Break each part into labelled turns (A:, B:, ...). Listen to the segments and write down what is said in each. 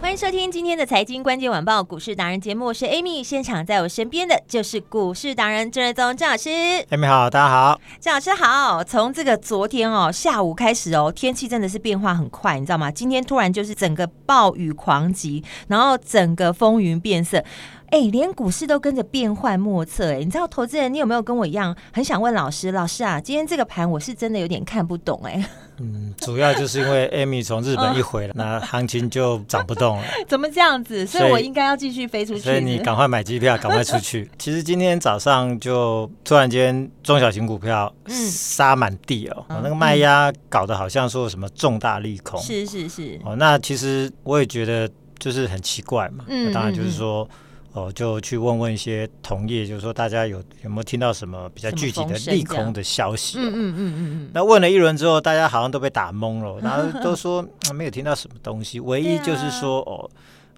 A: 欢迎收听今天的财经关键晚报股市达人节目，我是 Amy，现场在我身边的就是股市达人郑瑞宗郑老师，
B: 艾米好，大家好。
A: 郑老师好。从这个昨天哦下午开始哦，天气真的是变化很快，你知道吗？今天突然就是整个暴雨狂急，然后整个风云变色。哎，连股市都跟着变幻莫测哎！你知道投资人，你有没有跟我一样很想问老师？老师啊，今天这个盘我是真的有点看不懂哎，
B: 嗯，主要就是因为艾米从日
A: 嗯
B: 本一回来，那行情就涨不 动了，
A: 怎么这样子？所
B: 所
A: 以
B: 以
A: 我应该要继续飞出去。
B: 所以你赶快买机票，赶快出 去。其实今天早上就突然间中小型股票
A: 嗯
B: 杀满地哦，
A: 嗯
B: 那个卖压搞得好像说有什么重大利空。
A: 是是是，
B: 哦，那其实我也觉得就是很奇怪嘛。
A: 嗯
B: 那当然
A: 嗯
B: 就是
A: 嗯
B: 说。哦，就去问问一些同业，就是说大家有有没有听到什么比较
A: 什么
B: 具体
A: 风
B: 的
A: 声
B: 利
A: 这样
B: 空的消息、哦？
A: 嗯嗯嗯嗯嗯，
B: 那问了一轮之后，大家好像都被打懵了，然后都说嗯没有听到什么东西，唯一就是说、哦。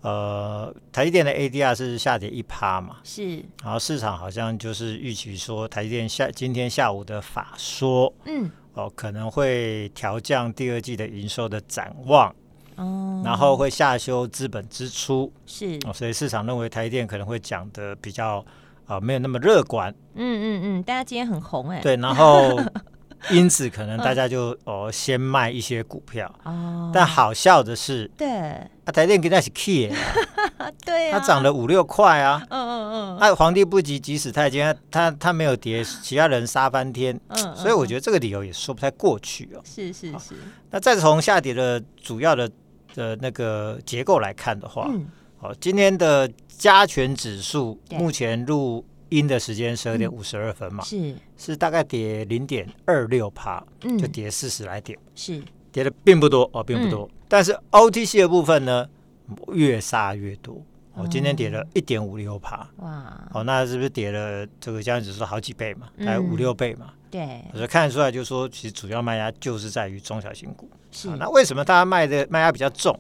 B: 呃，台积电的 ADR 是下跌一趴嘛，
A: 是，
B: 然后市场好像就是预期说台积电下今天下午的法说
A: 嗯
B: 哦，可能会调降第二季的营收的展望，
A: 哦，
B: 然后会下修资本支出
A: 是，
B: 哦，所以市场认为台积电可能会讲的比较啊、呃没有那么乐观，
A: 嗯嗯嗯，大家今天很红哎、，
B: 对，然后因此可能大家就哦先卖一些股票，
A: 哦，
B: 但好笑的是，
A: 对
B: 啊，台电给那是 key，的
A: 啊，对
B: 它
A: 啊，
B: 涨
A: 得，
B: 了五六块啊。
A: 嗯嗯嗯，
B: 那皇帝不急急死太监，它它没有跌，其他人杀翻天，
A: 嗯
B: 所以我觉得这个理由也说不太过去哦。
A: 是是是，
B: 那再从下跌的主要的的那个结构来看的话，
A: 嗯，
B: 哦，今天的加权指数
A: 对
B: 目前录音的时间十二点五十二分嘛，
A: 是，
B: 是大概跌零点二六趴，
A: 嗯
B: 就跌四十来点，
A: 是，
B: 跌的并不多哦，并不多。
A: 嗯
B: 但是 OTC 的部分呢，越杀越多。哦，今天跌了一点五六趴。
A: 哇，
B: 哦，那是不是跌了这个加权指数好几倍嘛？
A: 嗯
B: 大概五六倍嘛？
A: 对，
B: 所以看得出来，就是说其实主要卖压就是在于中小型股。
A: 是
B: 啊，那为什么大家卖的卖压比较重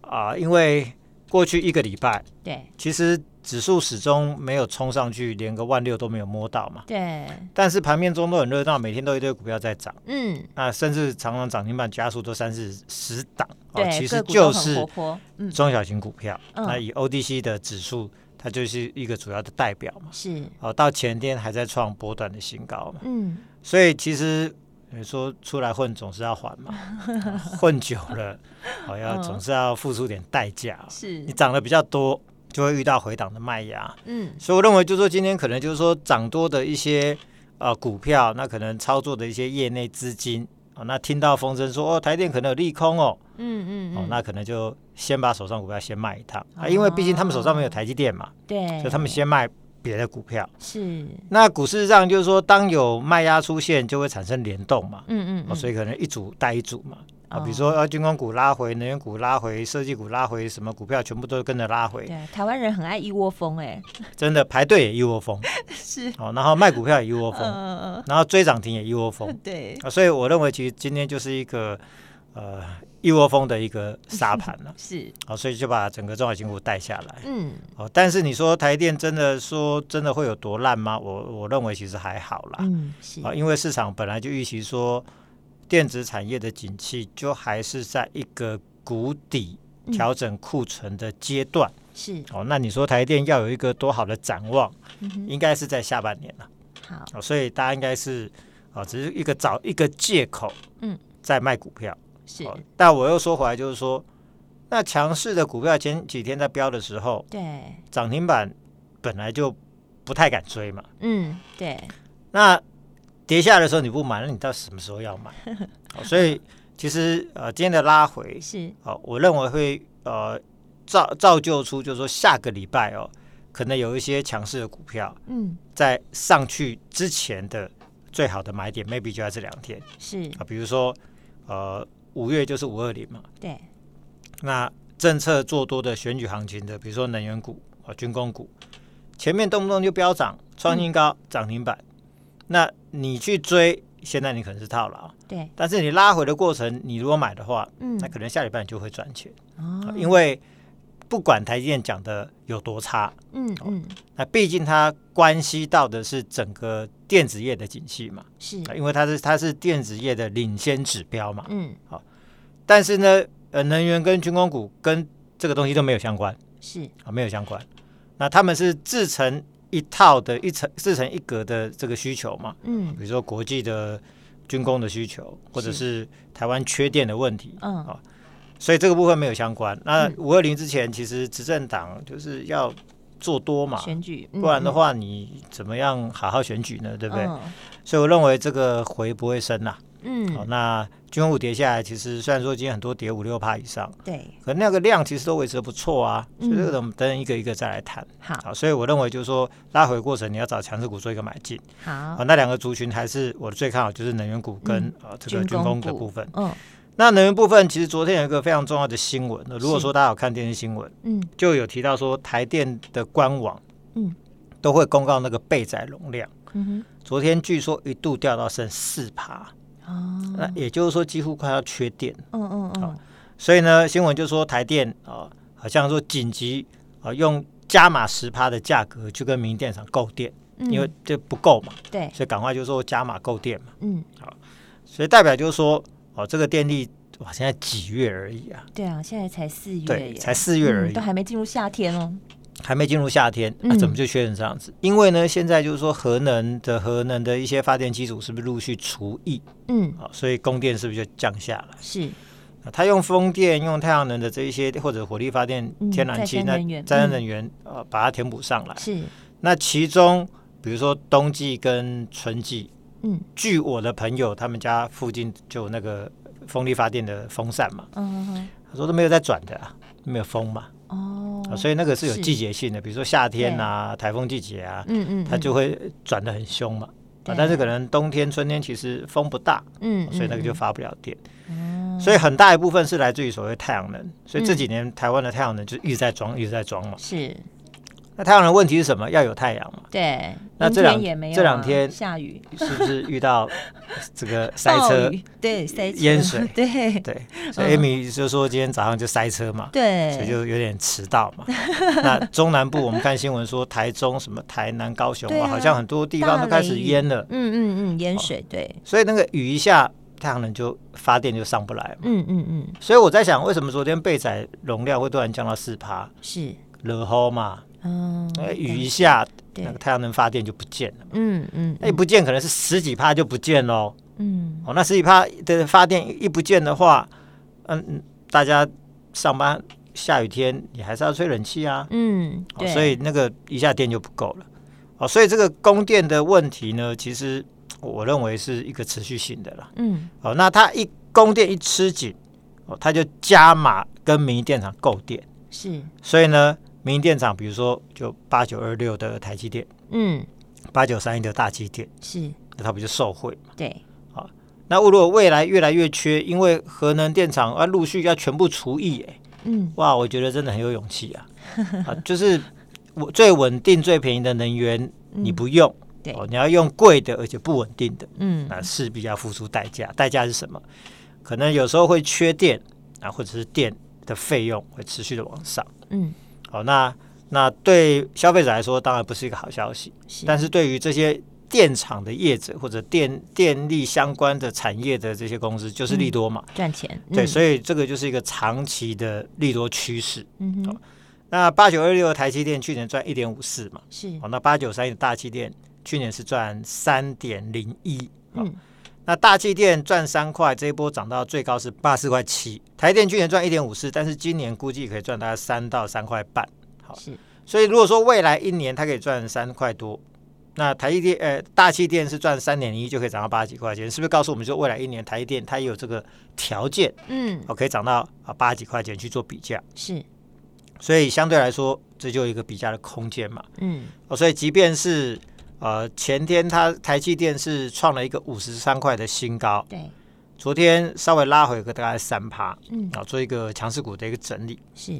B: 啊？因为过去一个礼拜，
A: 对
B: 其实指数始终没有冲上去，连个万六都没有摸到嘛。
A: 对，
B: 但是盘面中都很热闹，每天都有一堆股票在涨。
A: 嗯，
B: 那甚至常常涨停板加速都三四十档，哦，
A: 对，
B: 其
A: 个
B: 实
A: 股都
B: 就
A: 很
B: 是
A: 活泼，嗯，
B: 中小型股票。
A: 嗯
B: 那以 ODC 的指数，它就是一个主要的代表嘛。
A: 是，
B: 哦，到前天还在创波段的新高嘛，
A: 嗯，
B: 所以其实你说出来混总是要还 嘛，啊混久了，哦要
A: 嗯
B: 总是要付出点代价啊。
A: 是
B: 你，涨得比较多，就会遇到回档的卖压，
A: 嗯，
B: 所以我认为就是说今天可能就是说涨多的一些呃股票，那可能操作的一些业内资金。哦，那听到风声说哦，台电可能有利空哦，
A: 嗯嗯
B: 哦
A: 嗯，，
B: 那可能就先把手上股票先卖一趟啊，因为毕竟他们手上没有台积电嘛，
A: 对，
B: 所以他们先卖别的股票。
A: 是，嗯
B: 那股市上就是说，当有卖压出现，就会产生联动嘛，
A: 嗯
B: 哦，
A: 嗯，
B: 所以可能一组带一组嘛。啊，比如
A: 哦
B: 说呃，军工股拉回，能源股拉回，设计股拉回，什么股票全部都跟着拉回，
A: 对，台湾人很爱一窝蜂 哎，
B: 真的排队也一窝蜂，
A: 是，
B: 哦，然后卖股票也一窝
A: 嗯
B: 蜂，
A: 嗯
B: 然后追涨停也一 窝蜂
A: 嗯，对，，
B: 啊，所以我认为其实今天就是一个呃一窝蜂的一个杀盘 了
A: 是，
B: 啊，所以就把整个中小型股带下来。
A: 嗯，
B: 哦，但是你说台电真的说真的会有多烂吗？我我认为其实还好啦，
A: 嗯，是，
B: 啊，因为市场本来就预期说电子产业的景气就还是在一个谷底
A: 嗯
B: 调整库存的阶段。
A: 是，
B: 哦，那你说台电要有一个多好的展望，
A: 嗯哼，
B: 应该是在下半年了。
A: 好，
B: 哦，所以大家应该是哦，只是一个找一个借口，
A: 嗯，
B: 在卖股票。
A: 是，
B: 哦，但我又说回来，就是说，那强势的股票前几天在飙的时候，
A: 对，
B: 涨停板本来就不太敢追嘛。
A: 嗯，对，
B: 那跌下来的时候你不买，那你到什么时候要 买？哦所以其实呃，今天的拉回，
A: 是，
B: 哦，我认为会呃造造就出，就是说下个礼拜哦，可能有一些强势的股票
A: 嗯，
B: 在上去之前的最好的买点，maybe 就在这两天
A: 是
B: 啊，比如说呃五月就是五二零嘛，
A: 对，
B: 那政策做多的选举行情的，比如说能源股啊、军工股，前面动不动就飙涨，创新高、涨停板，那你去追，现在你可能是套牢，
A: 对，
B: 但是你拉回的过程，你如果买的话，
A: 嗯
B: 那可能下礼拜你就会赚钱，啊
A: 哦，
B: 因为不管台积电讲的有多差，
A: 嗯嗯，
B: 那毕竟它关系到的是整个电子业的景气嘛，
A: 是，
B: 啊因为它是它是电子业的领先指标嘛，
A: 嗯
B: 但是呢，呃，能源跟军工股跟这个东西都没有相关。
A: 是，
B: 啊，没有相关。那他们是自成一套的一层自成一格的这个需求嘛？
A: 嗯
B: 比如说国际的军工的需求，或者
A: 是
B: 是台湾缺电的问题，
A: 嗯
B: 啊，所以这个部分没有相关。那
A: 嗯
B: 五二零之前，其实执政党就是要做多嘛，
A: 选举，
B: 啊
A: 嗯
B: 不然的话你怎么样好好选举呢？
A: 对
B: 对不对？？所以我认为这个回不会深呐、
A: 嗯
B: 好、
A: 嗯，
B: 那军工股跌下来，其实虽然说今天很多跌五六趴以上，
A: 对，
B: 可那个量其实都维持的不错啊，所以这
A: 嗯
B: 个我们等一个一个再来谈。
A: 好
B: 好，所以我认为就是说拉回过程，你要找强势股做一个买进。好，
A: 好，嗯
B: 那两个族群还是我最看好，就是能源股跟、呃这个军工的
A: 股
B: 部分。
A: 嗯
B: 那能源部分，其实昨天有一个非常重要的新闻，如果
A: 是
B: 说大家有看电视新闻，
A: 嗯
B: 就有提到说台电的官网，
A: 嗯，
B: 都会公告那个备载容量。
A: 嗯
B: 昨天据说一度掉到剩四趴，
A: 哼，哦，
B: 那也就是说几乎快要缺电。
A: 嗯嗯嗯，
B: 所以呢，新闻就说台电啊、呃好像说紧急啊、呃用加码十趴的价格去跟民营电厂购电，
A: 嗯
B: 因为这不够嘛，
A: 对，
B: 所以赶快就说加码购电嘛。
A: 嗯，
B: 所以代表就是说，哦，这个电力哇，现在几月而已啊？
A: 对啊，现在才四月
B: 对，
A: 耶，
B: 才四月而
A: 嗯
B: 已，啊
A: 都还没进入夏天哦。
B: 还没进入夏天，那、
A: 嗯
B: 怎么就缺成这样子？因为呢，现在就是说核能的核能的一些发电机组是不是陆续除役
A: 嗯，
B: 啊、所以供电是不是就降下来？
A: 是，
B: 啊，它用风电、用太阳能的这一些，或者火力发电
A: 嗯、
B: 天然
A: 再
B: 气，
A: 生
B: 那
A: 能源
B: 再生能源呃，把它填补上来。
A: 是，
B: 那其中，比如说冬季跟春季，
A: 嗯
B: 据我的朋友他们家附近就有那个风力发电的风扇嘛，
A: 嗯
B: 他说都没有在转的、啊，没有风嘛、
A: 嗯嗯
B: 啊
A: 哦，
B: 所以那个是有
A: 是
B: 季节性的，比如说夏天啊、台风季节啊，
A: 嗯嗯，
B: 它
A: 嗯
B: 就会转的很凶嘛。啊
A: 对，
B: 但是可能冬天、春天其实风不大，
A: 嗯，嗯
B: 所以那个就
A: 嗯
B: 发不了电。
A: 哦
B: 所以很大一部分是来自于所谓太阳能，所以这
A: 嗯
B: 几年台湾的太阳能就一直在装，一直在装嘛。
A: 是
B: 那太阳能问题是什么？要有 太阳嘛，
A: 对，
B: 那
A: 阴
B: 这
A: 天
B: 两
A: 也没有
B: 这两
A: 啊
B: 天
A: 下雨、
B: 是不是遇到这个塞
A: 暴
B: 车？
A: 雨，对，塞车、
B: 淹水
A: 对
B: 对，所以 Amy 就说今天早上就塞车嘛，
A: 对，
B: 所以就有点迟到 嘛。那中南部我们看新闻说，台中、什么台南、高雄，
A: 对啊
B: 哇，好像很多地方
A: 大
B: 都开始
A: 雷雨
B: 淹了，
A: 嗯嗯嗯，淹水，对，
B: 所以那个雨一下，太阳能就发电就上不来嘛。
A: 嗯嗯嗯，
B: 所以我在想，为什么昨天备载容量会突然降到四趴？
A: 是，
B: 热吼嘛，
A: 嗯，
B: 那个哦哎雨
A: 对
B: 一下，
A: 对
B: 那个太阳能发电就不见了。
A: 嗯嗯，
B: 那一不见可能是十几趴就不见喽。
A: 嗯，
B: 哦，那十几趴的发电一不见的话，嗯，嗯大家上班下雨天你还是要吹冷气啊。
A: 嗯，
B: 哦
A: 对，
B: 所以那个一下电就不够了。哦，所以这个供电的问题呢，其实我认为是一个持续性的啦。
A: 嗯
B: 哦，那它一供电一吃紧，哦，它就加码跟民营电厂购电，
A: 是，
B: 所以呢，民营电厂比如说就八九二六的台积电，
A: 嗯
B: 八九三一的大积电，
A: 是，
B: 那它不就受惠嘛？
A: 对，
B: 那如果未来越来越缺，因为核能电厂啊陆续要全部除役、哎，
A: 嗯
B: 哇，我觉得真的很有勇气啊！啊，就是我最稳定、最便宜的能源，你不用，
A: 对
B: 哦，你要用贵的而且不稳定的，
A: 嗯
B: 那势必要付出代价。代价是什么？可能有时候会缺电啊，或者是电的费用会持续的往上。
A: 嗯
B: 好、那那对消费者来说，当然不是一个好消息。
A: 是，
B: 但是对于这些电厂的业者或者电电力相关的产业的这些公司，就是利多嘛。
A: 赚钱，
B: 对，
A: 嗯
B: 所以这个就是一个长期的利多趋势。
A: 嗯
B: 哦
A: 哼
B: 那八九二六的台积电去年赚一点五四嘛，
A: 是
B: 哦，，那八九三的大气电去年是赚三点零一，哦
A: 嗯
B: 那大气电赚三块，这一波涨到最高是八四块七，台电去年赚一点五四，但是今年估计可以赚大概三到三块半，好
A: 是，
B: 所以如果说未来一年它可以赚三块多，那台积电呃大气电是赚三点一就可以涨到八几块钱，是不是告诉我们说未来一年台积电它也有这个条件
A: 嗯
B: 哦可以涨到啊八几块钱去做比价？
A: 是，
B: 所以相对来说，这就有一个比价的空间嘛。
A: 嗯
B: 哦，所以即便是呃前天它台积电是创了一个五十三块的新高，
A: 对，
B: 昨天稍微拉回个大概三趴，
A: 嗯
B: 啊，做一个强势股的一个整理。
A: 是，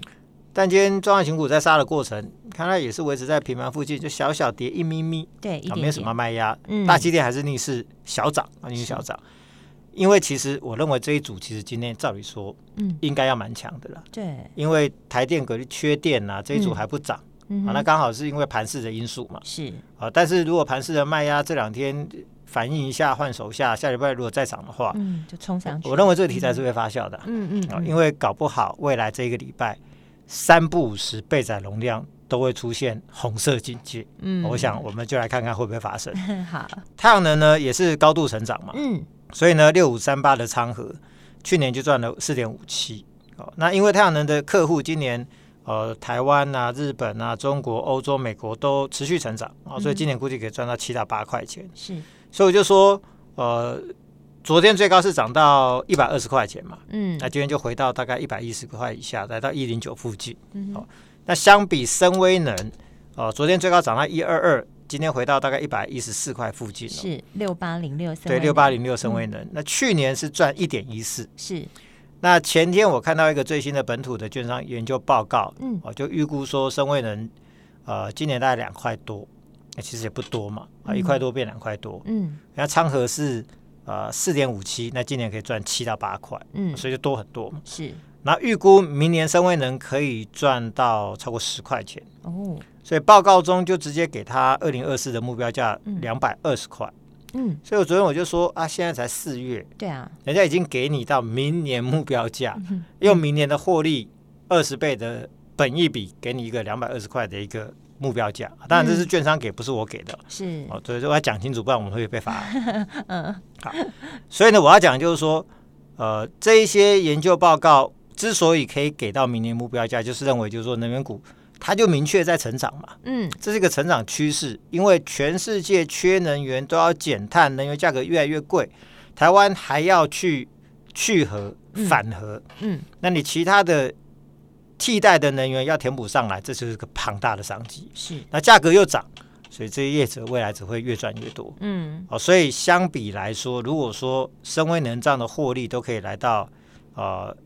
B: 但今天中小型股在杀的过程，看它也是维持在平盘附近，就小小跌一咪咪，
A: 对，一
B: 啊，
A: 点
B: 没有什
A: 点
B: 么卖压。
A: 嗯
B: 大积电还是逆势小涨，啊，逆势小涨。因为其实我认为这一组其实今天照理说
A: 嗯
B: 应该要蛮强的啦，
A: 对，
B: 因为台电格力缺电呐、这一组还不涨、
A: 嗯
B: 啊，
A: 哼
B: 那刚好是因为盘势的因素嘛。
A: 是
B: 啊，但是如果盘势的卖压这两天反映一下换手下，下礼拜如果再涨的话，
A: 嗯就冲上去，
B: 我认为这个题材是会发酵的啊、
A: 嗯嗯
B: 啊，
A: 嗯
B: 因为搞不好未来这一个礼拜三不五十倍载容量都会出现红色警戒，
A: 嗯
B: 我想我们就来看看会不会发生。
A: 好
B: 太阳能呢也是高度成长嘛，
A: 嗯
B: 所以呢六五三八的昌河去年就赚了四点五七哦，那因为太阳能的客户今年。呃，台湾啊、日本啊、中国、欧洲、美国都持续成长啊、
A: 嗯
B: 所以今年估计可以赚到七到八块钱。
A: 是
B: 所以我就说，呃，昨天最高是涨到一百二十块钱嘛，
A: 嗯
B: 那今天就回到大概一百一十块以下，来到一零九附近。哦
A: 嗯哼
B: 那相比深威能，呃，昨天最高涨到一二二，今天回到大概一百一十四块附近、哦。
A: 是六八零六三
B: 对，六八零六深
A: 嗯
B: 威能，那去年是赚一点一四。
A: 是
B: 那前天我看到一个最新的本土的券商研究报告，
A: 嗯
B: 哦，就预估说深威能，呃，今年大概两块多，那其实也不多嘛，啊，一块多变两块多。
A: 嗯
B: 那昌河是呃四点五七，那今年可以赚七到八块，
A: 嗯
B: 所以就多很多嘛。
A: 是
B: 那预估明年深威能可以赚到超过十块钱，
A: 哦
B: 所以报告中就直接给他二零二四的目标价两百二十块。
A: 嗯
B: 所以我昨天我就说啊，现在才四月，
A: 对啊
B: 人家已经给你到明年目标价，用明年的获利二十倍的本益比给你一个两百二十块的一个目标价。当然这是券商给，不是我给的。
A: 是
B: 哦，所以我要讲清楚，不然我们会被罚。好，所以呢，我要讲就是说，呃，这一些研究报告之所以可以给到明年目标价，就是认为就是说能源股它就明确在成长嘛，
A: 嗯
B: 这是一个成长趋势，因为全世界缺能源都要减碳，能源价格越来越贵，台湾还要去去核
A: 嗯
B: 反核，
A: 嗯
B: 那你其他的替代的能源要填补上来，这就是个庞大的商机。
A: 是
B: 那价格又涨，所以这些业者未来只会越赚越多。
A: 嗯
B: 哦，所以相比来说，如果说深威能这样的获利都可以来到呃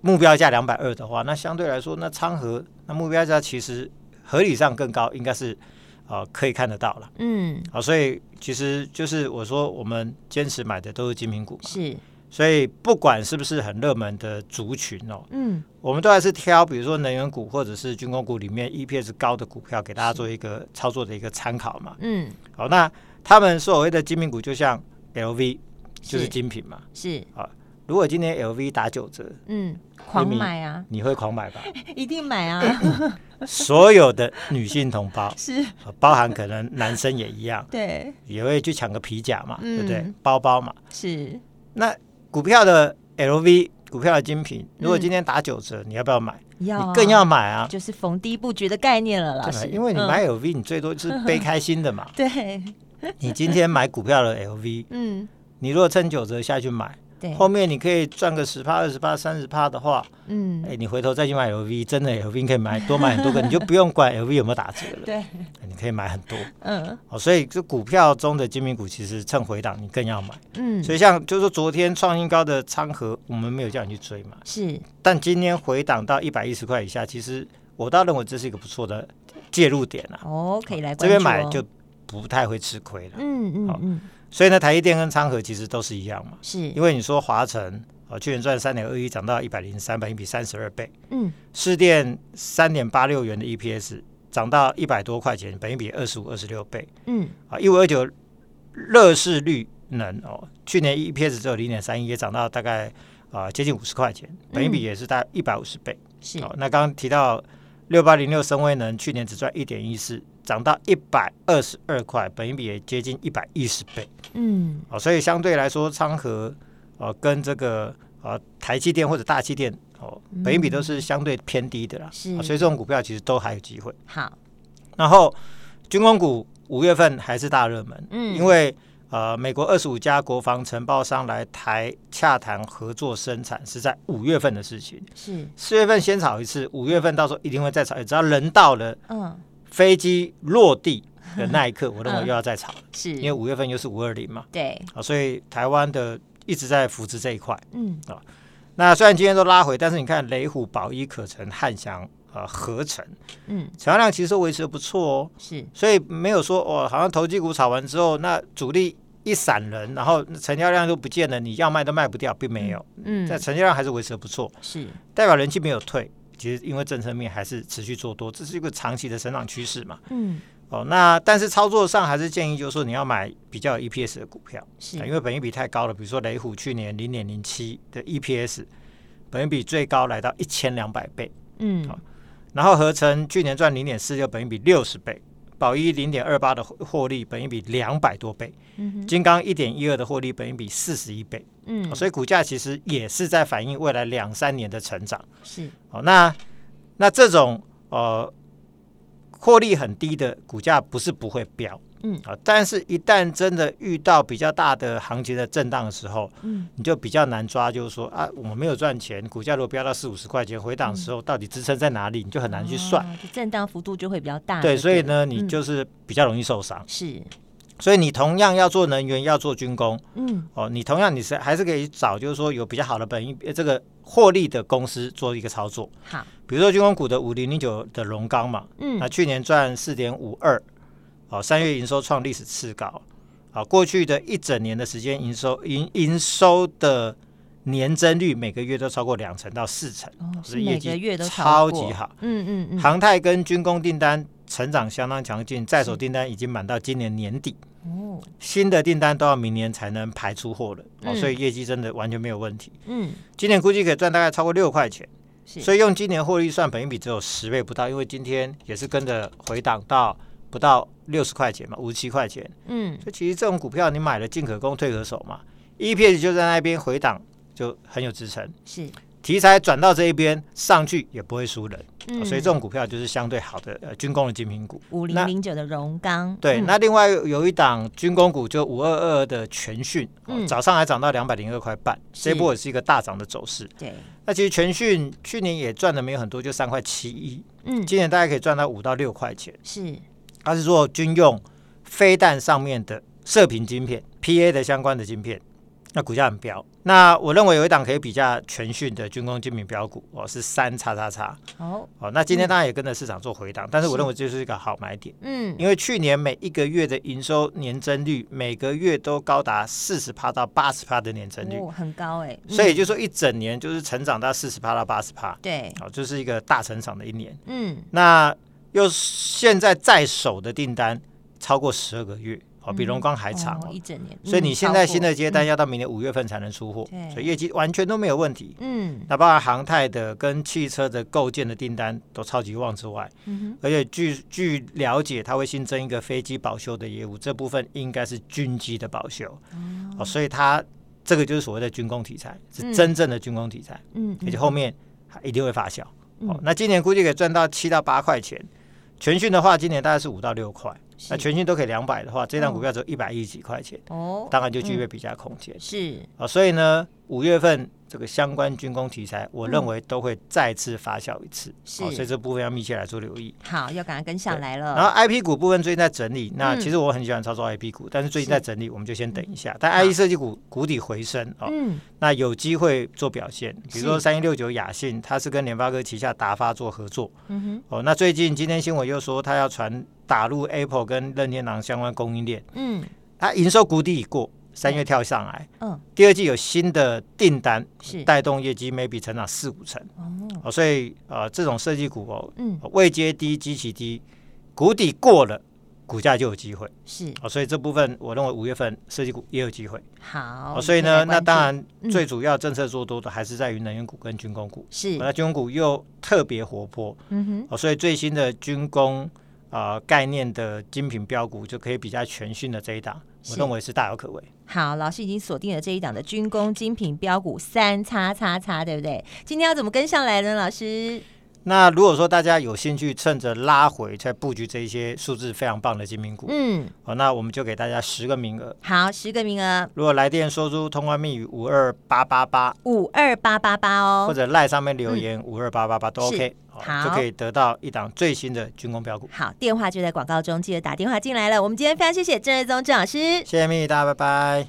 B: 目标价两百二的话，那相对来说，那昌河那目标价其实合理上更高，应该是呃可以看得到了。
A: 嗯
B: 啊、所以其实就是我说我们坚持买的都是精品股嘛，
A: 是
B: 所以不管是不是很热门的族群哦，
A: 嗯
B: 我们都还是挑，比如说能源股或者是军工股里面 EPS 高的股票，给大家做一个操作的一个参考嘛。
A: 嗯
B: 好，那他们所谓的精品股，就像 LV 就是
A: 是
B: 精品嘛。
A: 是
B: 如果今天 LV 打九折，
A: 嗯狂
B: 明
A: 买啊
B: 你会狂买吧？
A: 一定买啊
B: 所有的女性同胞，
A: 是
B: 呃包含可能男生也一样，
A: 对
B: 也会去抢个皮夹嘛，
A: 嗯
B: 对不对？包包嘛。
A: 是
B: 那股票的 LV 股票的精品，如果今天打九折，你要不要买？
A: 嗯要啊
B: 你更要买啊！
A: 就是逢低布局的概念了啦
B: 对吧啊
A: 是
B: 因为你
A: 嗯。
B: 买 LV，你最多就是背开心的嘛
A: 对
B: 你今天买股票的 LV，
A: 嗯
B: 你如果趁九折下去买，
A: 对
B: 后面你可以赚个十趴、二十趴、三十趴的话，
A: 嗯
B: 哎、你回头再去买 LV，真的 LV 你可以买多买很多个，你就不用管 LV 有没有打折了，
A: 对
B: 你可以买很多。
A: 嗯
B: 哦，所以这股票中的精品股，其实趁回档你更要买。
A: 嗯
B: 所以像就是说昨天创新高的昌河，我们没有叫你去追嘛，
A: 是
B: 但今天回档到一百一十块以下，其实我倒认为这是一个不错的介入点啊。
A: 哦可以来
B: 这
A: 关注
B: 边
A: 哦
B: 买就不太会吃亏了。
A: 嗯嗯
B: 好
A: 嗯
B: 所以呢，台积电跟昌河其实都是一样嘛，
A: 是
B: 因为你说华晨啊，去年赚三点二一，涨到一百零三，本一比三十二倍。
A: 嗯
B: 市电三点八六元的 EPS 涨到一百多块钱，本益比二十五、二十六倍
A: 嗯
B: 啊，一五二九乐视绿能哦，去年 EPS 只有零点三一，也涨到大概啊、接近五十块钱，本益比也是大概一百五十倍、
A: 是
B: 哦。那刚刚提到六八零六深威能去年只赚一点一四，涨到一百二十二块，本益比也接近一百一十倍
A: 嗯
B: 哦，所以相对来说，昌河呃跟这个呃台积电或者大气电哦，本益比都是相对偏低的啦，
A: 嗯是
B: 啊所以这种股票其实都还有机会。
A: 好
B: 然后军工股五月份还是大热门，
A: 嗯
B: 因为呃，美国二十五家国防承包商来台洽谈合作生产，是在五月份的事情。
A: 是，
B: 四月份先炒一次，五月份到时候一定会再炒。只要人到了
A: 嗯，
B: 飞机落地的那一刻，我认为又要再炒
A: 嗯
B: 了，因为
A: 是，
B: 五月份又是五二零嘛，
A: 对，
B: 啊，所以台湾的一直在扶持这一块。
A: 嗯，
B: 那虽然今天都拉回，但是你看雷虎、宝一、可成、汉翔、呃合成，
A: 嗯，
B: 成交量其实都维持的不错哦。
A: 是，
B: 所以没有说哦，好像投机股炒完之后，那主力一闪人，然后成交量就不见了，你要卖都卖不掉，并没有，
A: 嗯，
B: 但成交量还是维持的不错，
A: 是，
B: 代表人气没有退。其实因为政策面还是持续做多，这是一个长期的成长趋势嘛。
A: 嗯，
B: 哦，那但是操作上还是建议就是说你要买比较有 EPS 的股票，
A: 是
B: 啊因为本益比太高了，比如说雷虎去年零点零七的 EPS，本益比最高来到一千两百倍。
A: 嗯，
B: 好然后合成去年赚零点四六，本益比六十倍；宝一零点二八的获利，本益比两百多倍；
A: 嗯哼，
B: 金刚一点一二的获利，本益比四十一倍、哦
A: 嗯，
B: 所以股价其实也是在反映未来两三年的成长。
A: 是，
B: 哦，那那这种呃获利很低的股价不是不会飙，
A: 嗯
B: 啊，但是一旦真的遇到比较大的行情的震荡的时候，
A: 嗯，
B: 你就比较难抓，就是说啊，我们没有赚钱，股价如果飙到四五十块钱回档的时候，到底支撑在哪里，你就很难去算。
A: 嗯哦，就震荡幅度就会比较大，
B: 对，所以
A: 了，嗯
B: 呢，你就是比较容易受伤。
A: 是，
B: 所以你同样要做能源，要做军工
A: 嗯，
B: 哦，你同样你是还是可以找，就是说有比较好的本益呃这个获利的公司做一个操作。
A: 好，
B: 比如说军工股的五零零九的龙钢嘛，
A: 嗯
B: 那，去年赚四点五二，哦，三月营收创历史次高，啊，过去的一整年的时间，营收营营收的年增率每个月都超过两成到四成，
A: 哦，是
B: 这业
A: 每
B: 绩
A: 个月都
B: 超
A: 过
B: 级好，
A: 嗯嗯嗯，
B: 航太跟军工订单成长相当强劲，在手订单已经满到今年年底，
A: 哦，
B: 新的订单都要明年才能排出货了，哦，
A: 嗯
B: 所以业绩真的完全没有问题。
A: 嗯，
B: 今年估计可以赚大概超过六块钱，
A: 是，
B: 所
A: 以，
B: 以用今年获利算，本益比只有十倍不到，因为今天也是跟着回档到不到六十块钱嘛，五十七块钱。
A: 嗯，
B: 所以其实这种股票你买了进可攻退可守嘛，EPS 就在那边回档就很有支撑，
A: 是，
B: 题材转到这一边上去也不会输人、
A: 嗯，
B: 哦所以这种股票就是相对好的呃军工的精品股。
A: 五零
B: 那
A: 零九的荣钢，
B: 对，
A: 嗯
B: 那另外有一档军工股就五二二的全讯、哦
A: 嗯
B: 早上还涨到两百零二块半，这一
A: 是
B: 波也是一个大涨的走势。
A: 对，
B: 那其实全讯去年也赚的没有很多，就三块七一，
A: 嗯，
B: 今年大概可以赚到五到六块钱。
A: 是，
B: 它是做军用飞弹上面的射频晶片 （PA） 的相关的晶片，那股价很飙。那我认为有一档可以比价全讯的军工精品标股，哦是三叉叉叉
A: 哦，
B: 哦。那今天当然也跟着市场做回档，但是我认为这是一个好买点，
A: 嗯，
B: 因为去年每一个月的营收年增率每个月都高达四十趴到八十趴的年增率，
A: 哦，很高哎，
B: 所以
A: 嗯
B: 就说一整年就是成长到四十趴到八十趴，
A: 对，
B: 哦，就是一个大成长的一年。
A: 嗯，
B: 那又现在在手的订单超过十二个月，哦，比
A: 嗯
B: 龙钢还长、
A: 哦
B: 哦
A: 一整年，
B: 所以你
A: 嗯
B: 现
A: 超
B: 在
A: 过
B: 新的接单要到明年五月份才能出货，
A: 对
B: 所以业绩完全都没有问题。
A: 嗯
B: 那包含航太的跟汽车的构建的订单都超级旺之外，
A: 嗯
B: 而且据据了解，它会新增一个飞机保修的业务，这部分应该是军机的保修，哦，所以它这个就是所谓的军工题材，
A: 嗯
B: 是真正的军工题材，
A: 嗯，
B: 而且
A: 嗯
B: 后面它一定会发酵。哦
A: 嗯，
B: 那今年估计可以赚到七到八块钱。全讯的话，今年大概是五到六块。
A: 是
B: 那全讯都可以两百的话，这档
A: 哦
B: 股票只有一百一几块钱，
A: 哦
B: 当然就具备比价空间。
A: 是
B: 啊，所以呢，五月份这个相关军工题材，我认为都会再次发酵一次。
A: 嗯是
B: 哦所以这部分要密切来做留意。
A: 好，要赶快跟上
B: 对
A: 来
B: 然后
A: 了，
B: I P 股部分最近在整理，那
A: 嗯
B: 其实我很喜欢操作 I P 股，但是最近
A: 是
B: 在整理，我们就先等一下。但 I E 设计股谷底回升哦，
A: 嗯
B: 那有机会做表现，比如说
A: 是
B: 三一六九雅信，它是跟联发科旗下达发做合作，
A: 嗯哼
B: 哦，那最近今天新闻又说它要传打入 Apple 跟任天堂相关供应链，
A: 嗯
B: 它营收谷底已过，三月跳上来，
A: 嗯
B: 第二季有新的订单
A: 是
B: 带动业绩，maybe 成长四五成
A: 哦
B: 哦，所以呃这种设计股哦，
A: 嗯
B: 未接低、基期低，谷底过了，股价就有机会
A: 是
B: 哦，所以这部分我认为五月份设计股也有机会
A: 好、
B: 哦，所以呢，那当
A: 然
B: 然
A: 嗯
B: 最主要政策做多的还是在于能源股跟军工股，
A: 是
B: 那军工股又特别活泼，
A: 嗯哼
B: 哦，所以最新的军工呃概念的精品标股就可以比较全讯的这一档，我
A: 是
B: 认为是大有可为。
A: 好，老师已经锁定了这一档的军工精品标股三叉叉叉，对不对？今天要怎么跟上来呢？老师
B: 那如果说大家有兴趣，趁着拉回再布局这一些数字非常棒的精品股，
A: 嗯，
B: 哦，那我们就给大家十个名额。
A: 好，十个名额，
B: 如果来电说出通关密语五二八八八，
A: 五二八八八
B: 或
A: 哦。
B: 者赖上面留言五二八八八都
A: 是
B: OK，、哦
A: 好
B: 就可以得到一档最新的军工标股。
A: 好，电话就在广告中，记得打电话进来了。我们今天非常谢谢郑瑞宗郑老师。
B: 谢谢蜜，大家拜拜。